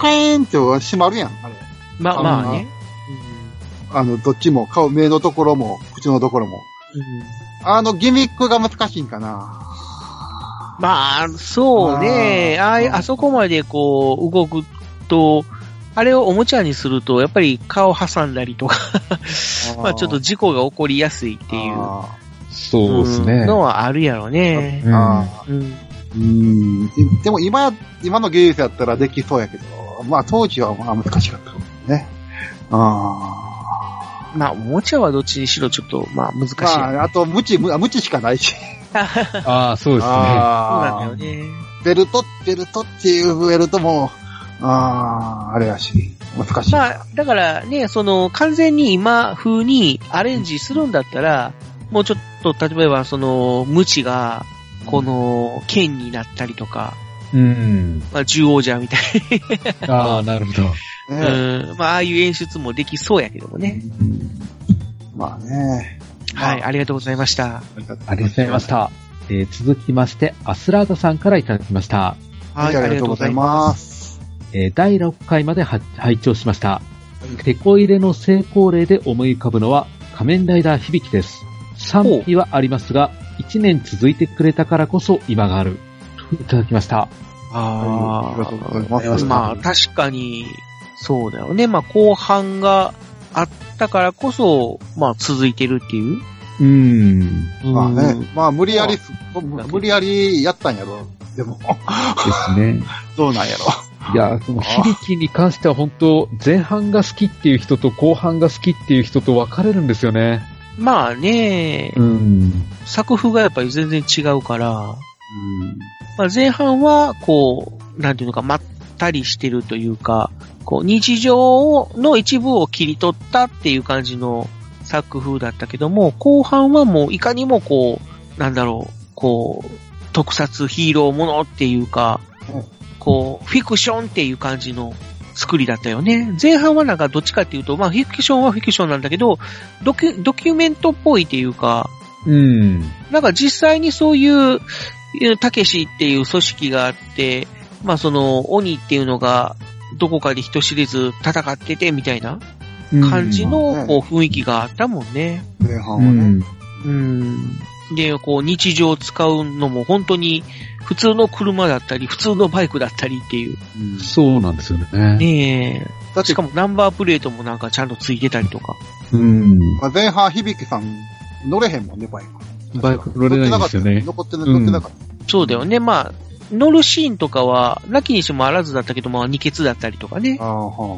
カーンって閉まるやん、あれ。
まあ
あ
まあね。
あの、どっちも、顔、目のところも、口のところも。
うん
あの、ギミックが難しいんかな。
まあ、そうね。あ
あー
ああそこまでこう、動くと、あれをおもちゃにすると、やっぱり顔挟んだりとか、まあ ちょっと事故が起こりやすいっていう
あ
そうです
うん
ね。
のはあるやろね。
うん
あ
うん
ー。うん。ででも今や、今の技術やったらできそうやけど、まあ当時はまあ難しかったかもね。ああ。
まあ、おもちゃはどっちにしろちょっと、まあ難しい。
まあ、あと、無知、無無知しかないし。
ああ、そうですね。
そう
あ
な
あ
んだよね。
ベルト、ベルトっていうベルトも、ああ、あれやし、難しい。
まあ、だからね、その、完全に今風にアレンジするんだったら、もうちょっと、例えば、その、無知が、この、剣になったりとか、
うん。
まあ、獣王者みたい
ああ、なるほど。
ね
な、 うん、まあ、ああいう演出もできそうやけどもね。
まあね。
はい、ありがとうございました。
ありがとうございました。えー続きまして、アスラーダさんからいただきました。
はい、
ありがとうございます。
えー第6回までは拝聴しました。テコ入れの成功例で思い浮かぶのは仮面ライダー響きです。賛否はありますが、1年続いてくれたからこそ今がある。といただきました。
あ
ありがとうございます
ーまあ、確かに、そうだよね。まあ、後半があったからこそ、まあ、続いてるっていう。
うーん。で
まあ
うん
ね、まあ無理やりす、無理やりやったんやろ。でも、
す ね。
どうなんやろ。
いや、その響きに関しては本当、前半が好きっていう人と後半が好きっていう人と分かれるんですよね。
まあね、
うん。
作風がやっぱり全然違うから、まあ、前半は、こう、なんていうのか、まったりしてるというか、こう、日常の一部を切り取ったっていう感じの作風だったけども、後半はもう、いかにもこう、なんだろう、こう、特撮ヒーローものっていうか
うん、
こう、フィクションっていう感じの作りだったよね。前半はなんかどっちかっていうと、まあ、フィクションはフィクションなんだけど、ドキュ、ドキュメントっぽいっていうか、
うん。
なんか実際にそういう、えーたけしっていう組織があって、まあその、鬼っていうのが、どこかで人知れず戦っててみたいな感じ
う
の
ん
こう雰囲気があったもんね。
前半は
う
ね。
ん。
うん。で、こう日常使うのも本当に普通の車だったり、普通のバイクだったりっていう。
うん
そうなんですよね。
ねえ。
だって
しか、もナンバープレートもなんかちゃんとついてたりとか。
うん。
まあ前半響さん乗れへんもんね、バイク。
バイク乗れないんですよね
乗ってなかった。乗ってなかった。
そうだよね。まあ、乗るシーンとかは、なきにしもあらずだったけど、まあ、二欠だったりとかね。
ああ、は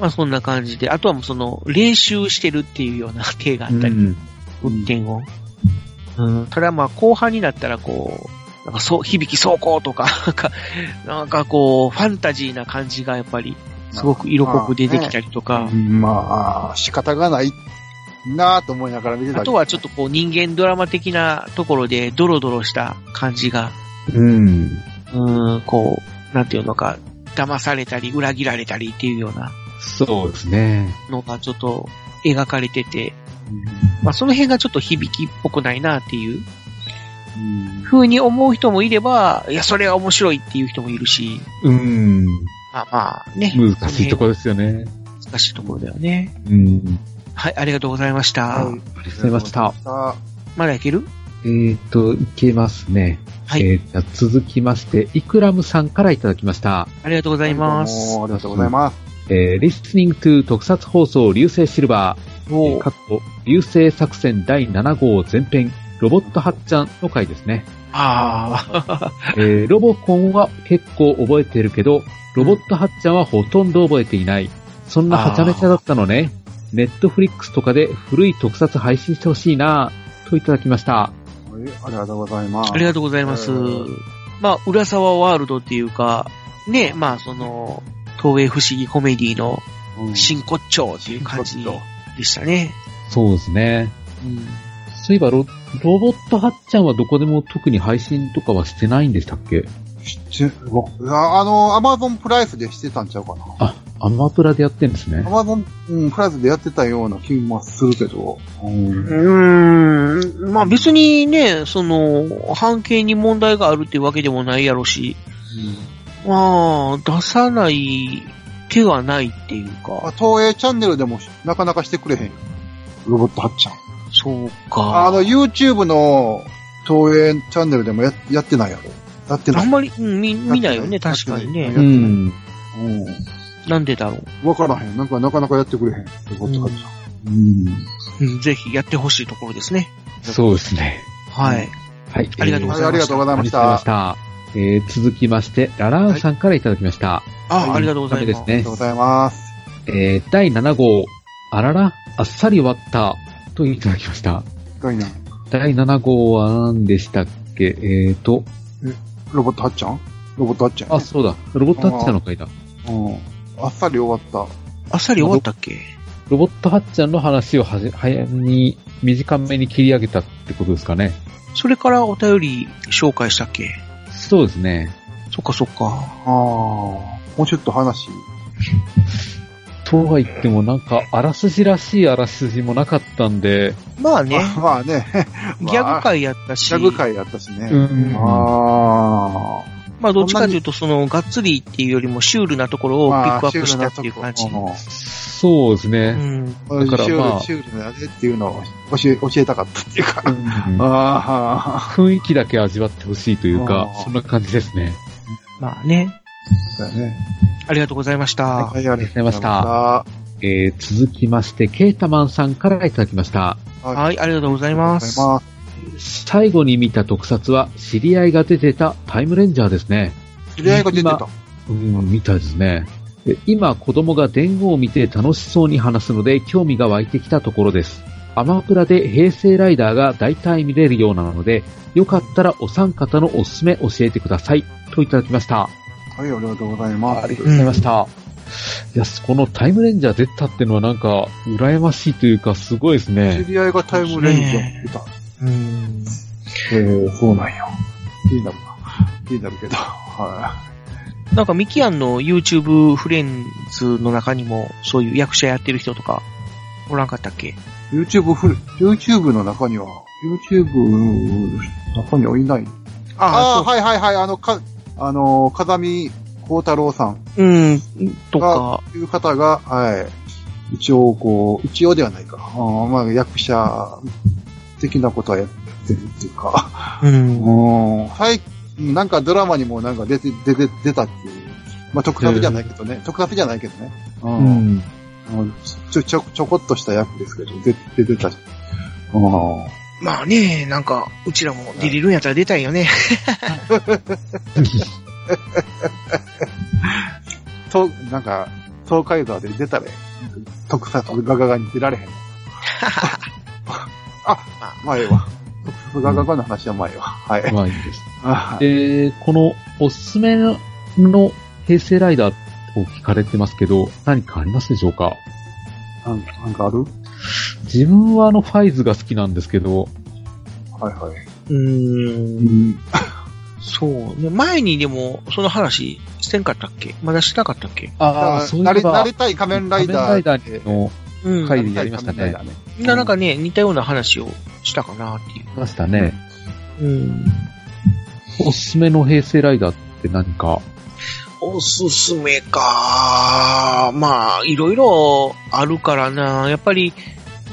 まあそんな感じで、あとはもうその練習してるっていうような手があったり、
うん
運転を。うん、ただまあ後半になったらこう、なんかそう、響き走行とか、 なんか、なんかこう、ファンタジーな感じがやっぱり、すごく色濃く出てきたりと
あ
か、
うんまあ、仕方がないなぁと思いながら見てた
あとはちょっとこう人間ドラマ的なところでドロドロした感じが、
うん。
うん、こう、なんていうのか、騙されたり裏切られたりっていうような
そうですね。
のがちょっと描かれてて、まあ、その辺がちょっと響きっぽくないなっていう風に思う人もいれば、いや、それは面白いっていう人もいるし、
うん。
まあまあね。
難しいところですよね。
ろ。難しいところだよね。
うん。
はい、ありがとうございました。
はい
ありがとうございました。
さ
まだいける
えーっと、いけますね。
はい
えーじゃあ続きまして、イクラムさんからいただきました。
ありがとうござい
あ、
ます
どう。もありがとうございます。
えー、listening to 特撮放送流星シルバー、えー、
お
かっこ流星作戦第7号前編、ロボットはっちゃんの回ですね。
あ
えーロボコンは結構覚えてるけど、ロボットはっちゃんはほとんど覚えていない。そんなはちゃめちゃだったのね。ネットフリックスとかで古い特撮配信してほしいなぁ、といただきました。
はいありがとうございます。
あ、ありがとうございます。まあ、浦沢ワールドっていうか、ね、まあ、その、東映不思議コメディの
うん
真骨頂っていう感じでしたね。
そうですね。
うん
そういえばロ、ロボットはっちゃんはどこでも特に配信とかはしてないんでしたっけ
ちわああの、アマゾンプライスでしてたんちゃうかな。
あ、アマプラでやってんですね
ア。マゾン、うん、プライスでやってたような気もするけど。うん。
うーん。まあ別にね、その、半径に問題があるっていうわけでもないやろし、まあ、出さない手はないっていう
あ
か、
東映チャンネルでもなかなかしてくれへんよ。ロボットはっちゃん。
そう
あ
か。
の、YouTube の東映チャンネルでもややってないやろ。やって
あ
ない
ん。まり、うん、見見ないよ
や
ね、
ってない
確かに
やって
う
ない
ね。
ん。
う
なんでだろ
ん。わからへん。なんか、なかなかやってくれへん。ロボットはっちゃん。うん。
う。うんぜひやってほしいところですね。
そうですね。
はい。
はい。
ありがとうござ
はい
いました
ありがとうございまし
あ
た。
りがとうございました。えー、続きまして、ララーンさんからいただきました。
あ、ありがとうございます。
ダメ
あ
で
り
す
がとう
ね
ご。ざいます。
えー、第7号、あらら、あっさり終わった、といただきました。
深いな。
第7号は何でしたっけえーと、
ロボットはっちゃんロボットはっちゃん。
あ、そうだ。ロボットハッチャンの回だ。
うん。あっさり終わっ
あっさり終わったっけ
ロボットハッチャンの話をはじ、早めに、短めに切り上げたってことですかね。
それからお便り紹介したっけ
そうですね。
そっかそっか。
た。ああ。もうちょっと話。
とは言ってもなんか、あらすじらしいあらすじもなかったんで、
まあね、
あまあね。
ギャグ会やったし、
ギャグ会やったしね。
うん
ああ。
まあどっちかというと、その、がっつりっていうよりもシュールなところをピックアップしたっていう感じ。
まあシ
そうです
う
ね。
ん。
ュールなとこうん
だからまあ
シュールシュールなやつっていうのを教え教えたかったっていうか。
うん
ああ。
雰囲気だけ味わってほしいというか
あ、ー
そんな感じですね。
まあね、
そうだね。
ありがとうございました。
い、ありあ
えー、続きまして、ケータマンさんからいただきました。
はい
はい、ありがとうござい
り
ま
がとうござい
す。
ます。
最後に見た特撮は、知り合いが出てたタイムレンジャーですね。
知り合いが出てた。
うん、みたいですね。で今、子供が伝言を見て楽しそうに話すので、興味が湧いてきたところです。アマプラで平成ライダーが大体見れるようなので、よかったらお三方のおすすめ教えてください。といただきました。
はい、ありがとうございます。
ありがとうございました。いや、このタイムレンジャー出たってのはなんか、羨ましいというか、すごいです
知
ね。
り合いがタイムレンジャー出た。
うん。
へえ、そうなんや。気になるな。気になるけど。は
なんかミキアンの YouTube フレンズの中にも、そういう役者やってる人とか、おらんかったっけ
い。YouTube フル、YouTube の中には、YouTube の中にはいない。ああ、はいはいはい。あの、か、あの、風見幸太郎さん
うん、とか、
という方が、はい。一応、こう、一応ではないか。あーまあ、役者的なことはやってるっていうか。
うん。
うん。はい。なんかドラマにもなんか出て、出て、出たっていう。まあ、特撮じゃないけどね。特撮じゃないけどね。う。
うんん。
ちょ、ちょ、ちょこっとした役ですけど、出出てた。うん。
まあね、なんか、うちらも出れるんやったら出たいよね。
と、なんか、東海道で出たら、特撮ガガガに出られへん。あ、前は。特撮ガガガの話は前は。はい。
まあいいです。
あ
で、このおすすめの平成ライダーを聞かれてますけど、何かありますでしょうか
なんなんかある
自分はあのファイズが好きなんですけど、
はいはい。
うん
うん。
そうね。前にでも、その話、してんかったっけまだしてなかったっけ
あ
なり、なりたい仮面ライダー。
仮面ライダーの
うん。
は
ないりた
やりましたね
仮面ライダーね。
みんななんかね、似たような話をしたかなっていう。
ましたね。
うん。
おすすめの平成ライダーって何か、
おすすめか。まあ、いろいろあるからな。やっぱり、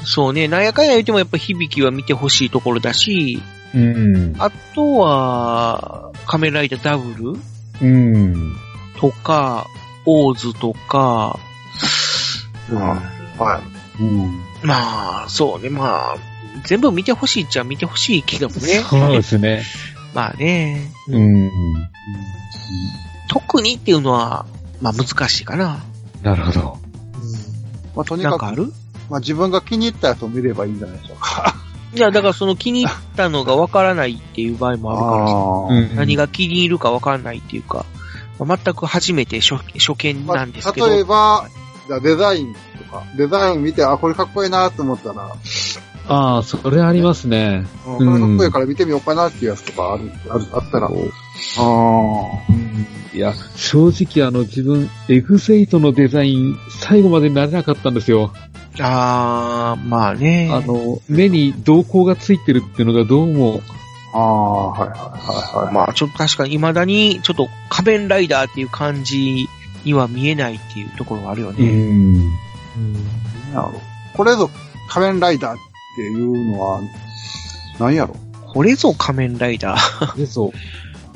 そうね、なんやかんや言ってもやっぱ響きは見てほしいところだし、
うん。
あとは、仮面ライダーダブル
うん。
とか、オーズとか、
うん。はい。うん。
まあ、そうね、まあ、全部見てほしいっちゃ見てほしいけどもね。
そうですね。
まあね、
うん。
特にっていうのは、まあ難しいかな。
なるほど。
まあ、とに
な
か
んかあ
く、
る
まあ、自分が気に入ったやつを見ればいいんじゃないでしょうか。
いや、だからその気に入ったのがわからないっていう場合もあるから
あ
さ
うん
何が気に入るかわからないっていうか、まあ全く初めて初初見
ま
な
あ、
んですけど、
例えば、じゃあデザインとか、デザイン見て、あ、これかっこいいなと思ったら、
ああ、それありますね。
うん
うん
他の声から見てみようかなっていうやつとかある、あるあったら。ああ。
いや、正直あの自分、エグゼイトのデザイン、最後までなれなかったんですよ。
あー、まあね。
あの、目に瞳孔がついてるっていうのがどうも、
ああ、はいはいはいはい。
まあちょっと確かに未だにちょっと仮面ライダーっていう感じには見えないっていうところがあるよね。
ん。
なんやろこれぞ仮面ライダーっていうのは、なんやろ
これぞ仮面ライダ ー。
で、そう。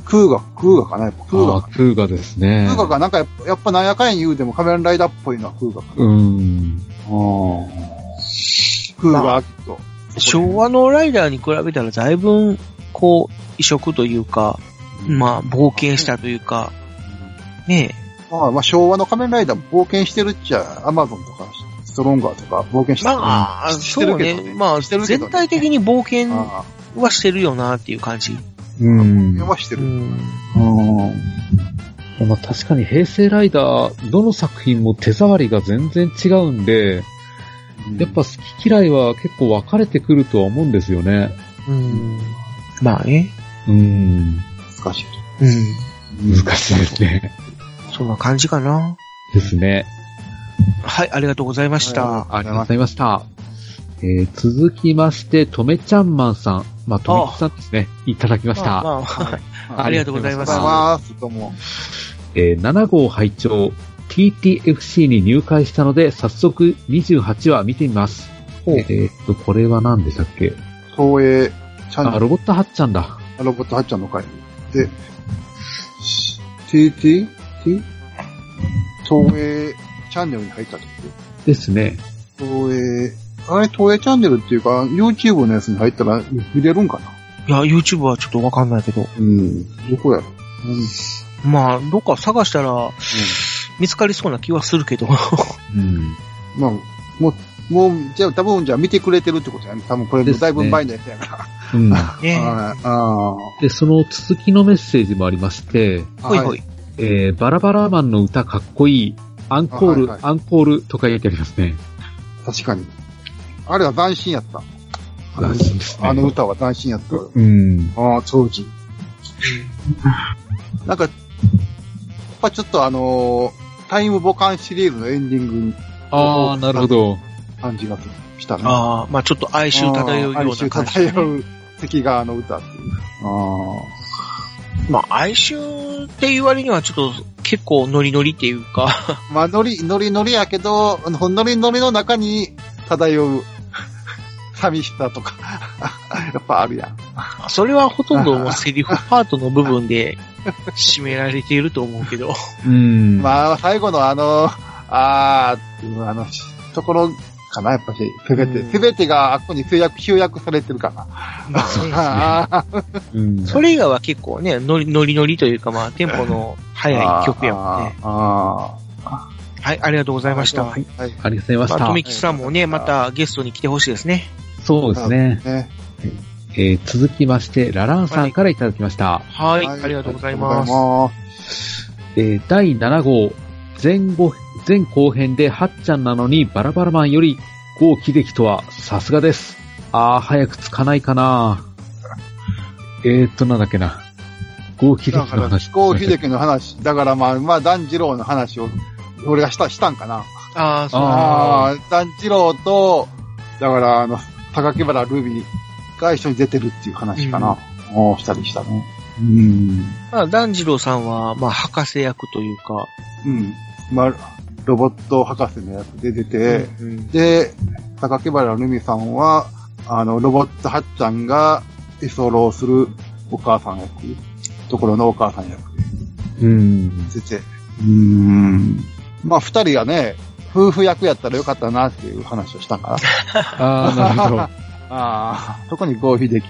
空が、空がかなやっぱ空
あ
が
あ。クーガですね
空。がかなんかやっぱ、やっぱなんやかんや言うでも仮面ライダーっぽいのは空がか。
うん。
空が、と。
昭和のライダーに比べたらだいぶ、こう、移植というか、まあ冒険したというか、ね
まあ、まあ、昭和の仮面ライダーも冒険してるっちゃ、アマゾンとか、ストロンガーとか冒険し
え。
てる。
まあ、
うんして
そ
る
う
けど
ね。まあ、
してるけど
全
ね
体的に冒険
ああ、
はしてるよなっていう感じ。
うん。
読まして
う
る。
ん。
うん。
まあ、確かに平成ライダー、どの作品も手触りが全然違うんで、やっぱ好き嫌いは結構分かれてくるとは思うんですよね。
うん。まあね。
うん。
難しい。
うん。
難しいですね。
そんな感じかな。
ですね。
はい、ありがとうございました。
ありがとうございました。えー続きまして、とめちゃんまんさん。まあ、とめきさんですね。いただきました。
まあまあはいありがとうござ
あ
い
り
ま
が
す
とうござい。ます。どうも。
えー7号拝聴 TTFC に入会したので、早速28話見てみます。えーっと、これは何でしたっけ
東映、チャン
あ、
ネル
ロボットはっちゃんだ。、
ロボットはっちゃんの会で、TT? T? 東映チャンネルに入ったってこ
ですね。
と東映、あれ、東映チャンネルっていうか、YouTube のやつに入ったら見れるんかない
や、YouTube はちょっとわかんないけど。
うん。どこやろうん。
まあ、どっか探したら、見つかりそうな気はするけど。
うん。
まあ、もう、もう、じゃあ多分じゃあ見てくれてるってことやね。多分これ
ですね
だいぶ前のやつやから。
うん。
ね
はいあ
で、その続きのメッセージもありまして、
あ。
ほいほい。
えーバラバラマンの歌かっこいい、アンコール、
あはい
アンコールとか書いてありますね。
確かに。あれは斬新やった。
らしいですね
あの歌は斬新やった。
うん。
ああ、当時。なんか、やっぱちょっとあのータイムボカンシリーズのエンディング
ああ、なるほど。
感じがしたね。
ああ、まあちょっと哀愁漂うような
あ
感
ー
じ、ね。
哀愁漂う関川の歌っていう。あ
まあ哀愁っていう割にはちょっと結構ノリノリっていうか、
あ。まあ、ノリ、ノリノリやけど、あのノリノリの中に漂う 寂しさとか、 やっぱあるやん。
それはほとんどもうセリフパートの部分で締められていると思うけど。
うん。
まあ、最後のあの、あーっていうあの、ところかな、やっぱし、すべて、
うん
すべてがあっこに集約、集約されてるかな。
まあね
ああ、
うん。
それ以外は結構ね、ノリノリノリというかまあテンポの速い曲やもんね。
あ
はい、ありがとうございました。
あ
はい。
ーはい。
ありがとうございまし
ま
た。
あ、とめきさんもね、またゲストに来てほしいですね。
そうですね。
ね。
えー続きまして、ラランさんからいただきました。
はい、ありがとうございます。
あ
えー第7号、前後、前後編でハッちゃんなのにバラバラマンより、豪喜劇とはさすがです。あー、早くつかないかなえーっと、なんだっけな。豪喜
りが
劇
とうございますだから、
の話。
飛行秀樹の話、だからまあ、まあ、団次郎の話を、俺がした、したんかな。
ああ、そう
あ
ああ、団次郎と、だから、あの、高木原ルビーが一緒に出てるっていう話かな。おーしたりしたね。うん。
まあ、団次郎さんは、まあ、博士役というか、
うん。まあ、ロボット博士のやつで出て、
うん
で、高木原ルミさんは、あの、ロボットはっちゃんが居候するお母さん役、ところのお母さん役
うん。
で出て、うーん。まあ、二人がね、夫婦役やったらよかったなっていう話をしたんかな。
あー、なるほど。
ああ、特に合秀樹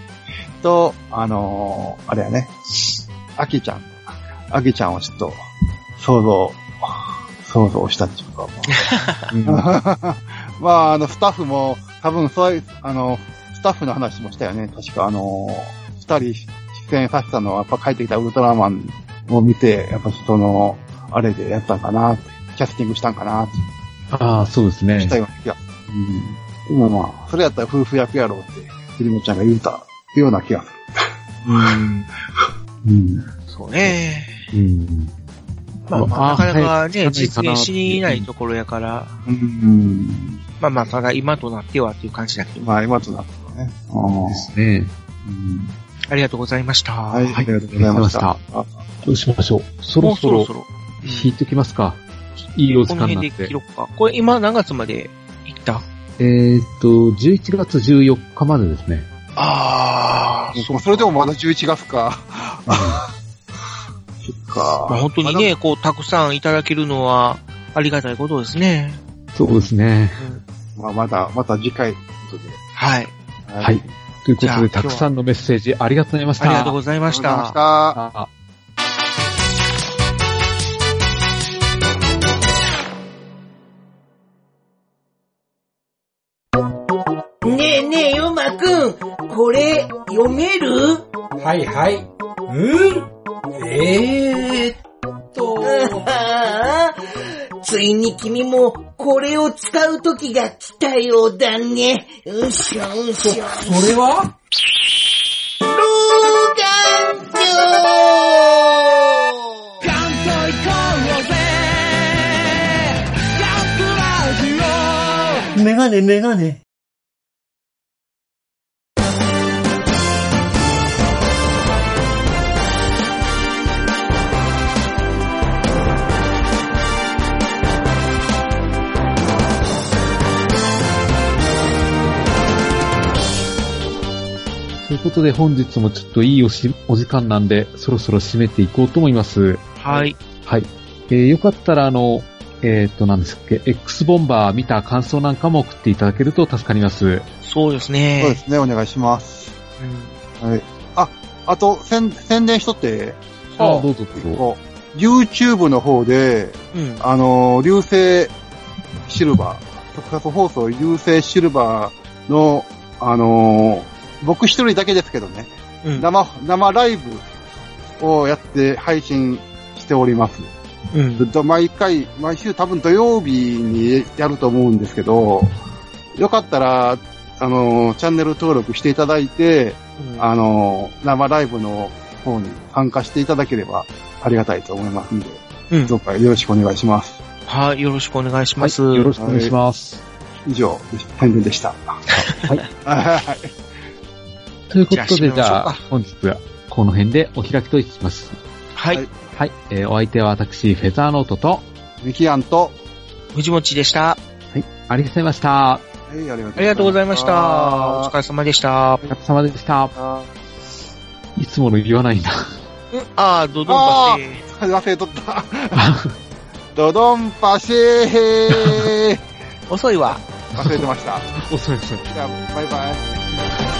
と、あのーあれやね、アキちゃん。アキちゃんをちょっと、想像、想像したっていうか、
う ん
まあ、あの、スタッフも、多分、そういう、あの、スタッフの話もしたよね。確か、あの、二人出演させたのは、やっぱ帰ってきたウルトラマンを見て、やっぱその、あれでやったんかな、キャスティングしたんかな、
あー、そうです
し
ね
た。ような気が。でもまあ、それやったら夫婦役やろうって、ひりのちゃんが言うたような気がする。うん。
そうね。
うん。
まあ、まあ、
あ
なかなか
早
ね、
く行か
実
ないかな
現しないところやから、
うん。
まあまあ、ただ今となってはっていう感じだけど、
まあ、今となってはね。あー
ですね。
うん
ありがとうございました。
はい、ありがとうござい
あり
ま
ま
し
したた。。どうしましょう。そ
も
ろ
う
そ
そ
ろ
ろそろ。うん
引いてきますか。いいお時
この
間にな
辺
っ
で
て
切。ろっか。これ今何月まで行った
えーっと、11月14日までですね。
ああ、そうそれでもまだ11月か。そっか。
まあ、本当にね、こう、たくさんいただけるのは、ありがたいことですね。
そうですね。
まあ、まだ、また次回ということで。
はい。
はい。というこ
じゃあ
と
今
で、
日は
たくさんのメッセージありがとうございまし
あ
た。
りがとうございまし。
ありがとうございましたた。
あ
ねえねえ、ヨマくん、これ、読める
はいはい。うんえーっと、
ああついに君も、これを使う時が来たようだね。うしょうしょ。
それは
老眼鏡メガネメガネ。
ということで、本日もちょっといいおしお時間なんで、そろそろ締めていこうと思います。
はい。
はい。えー、よかったら、あの、えーっと、なんですっけ、X ボンバー見た感想なんかも送っていただけると助かります。
そうです
そうで
ね。
すね、お願いします。はい。あ、あと、宣宣伝しとって、
あどうぞどうぞ。
こう YouTube の方で、
うん。うん。
あのー、流星シルバー、特撮放送流星シルバーの、あのー僕一人だけですけどね、
うん。
生、生ライブをやって配信しております。
うん
ずっと毎回、毎週多分土曜日にやると思うんですけど、よかったら、あのーチャンネル登録していただいて、
うん
あの、生ライブの方に参加していただければありがたいと思いますんで、
うん
どうかよろしくお願いします。
はい。よろしくお願いします。
はい。よろしくお願いします。
以上、宣伝でした。はい。
ということで、
じ
じ
ゃあ
ゃあ、本日はこの辺でお開きといたします。
はい。
はい。えーお相手は私、フェザーノートと、は
ミキアンと、
藤持でした。
い。ありがとうございました。お
はい、ありがとうございました
ありがとうございました。お疲れ様でした。
疲れ様でした。いつもの言わないな。
うん、あー、どどんばって。
忘れとった。ドドンパシー
遅いわ。
忘れてました。
遅い遅い。
じゃあ、バイバイ。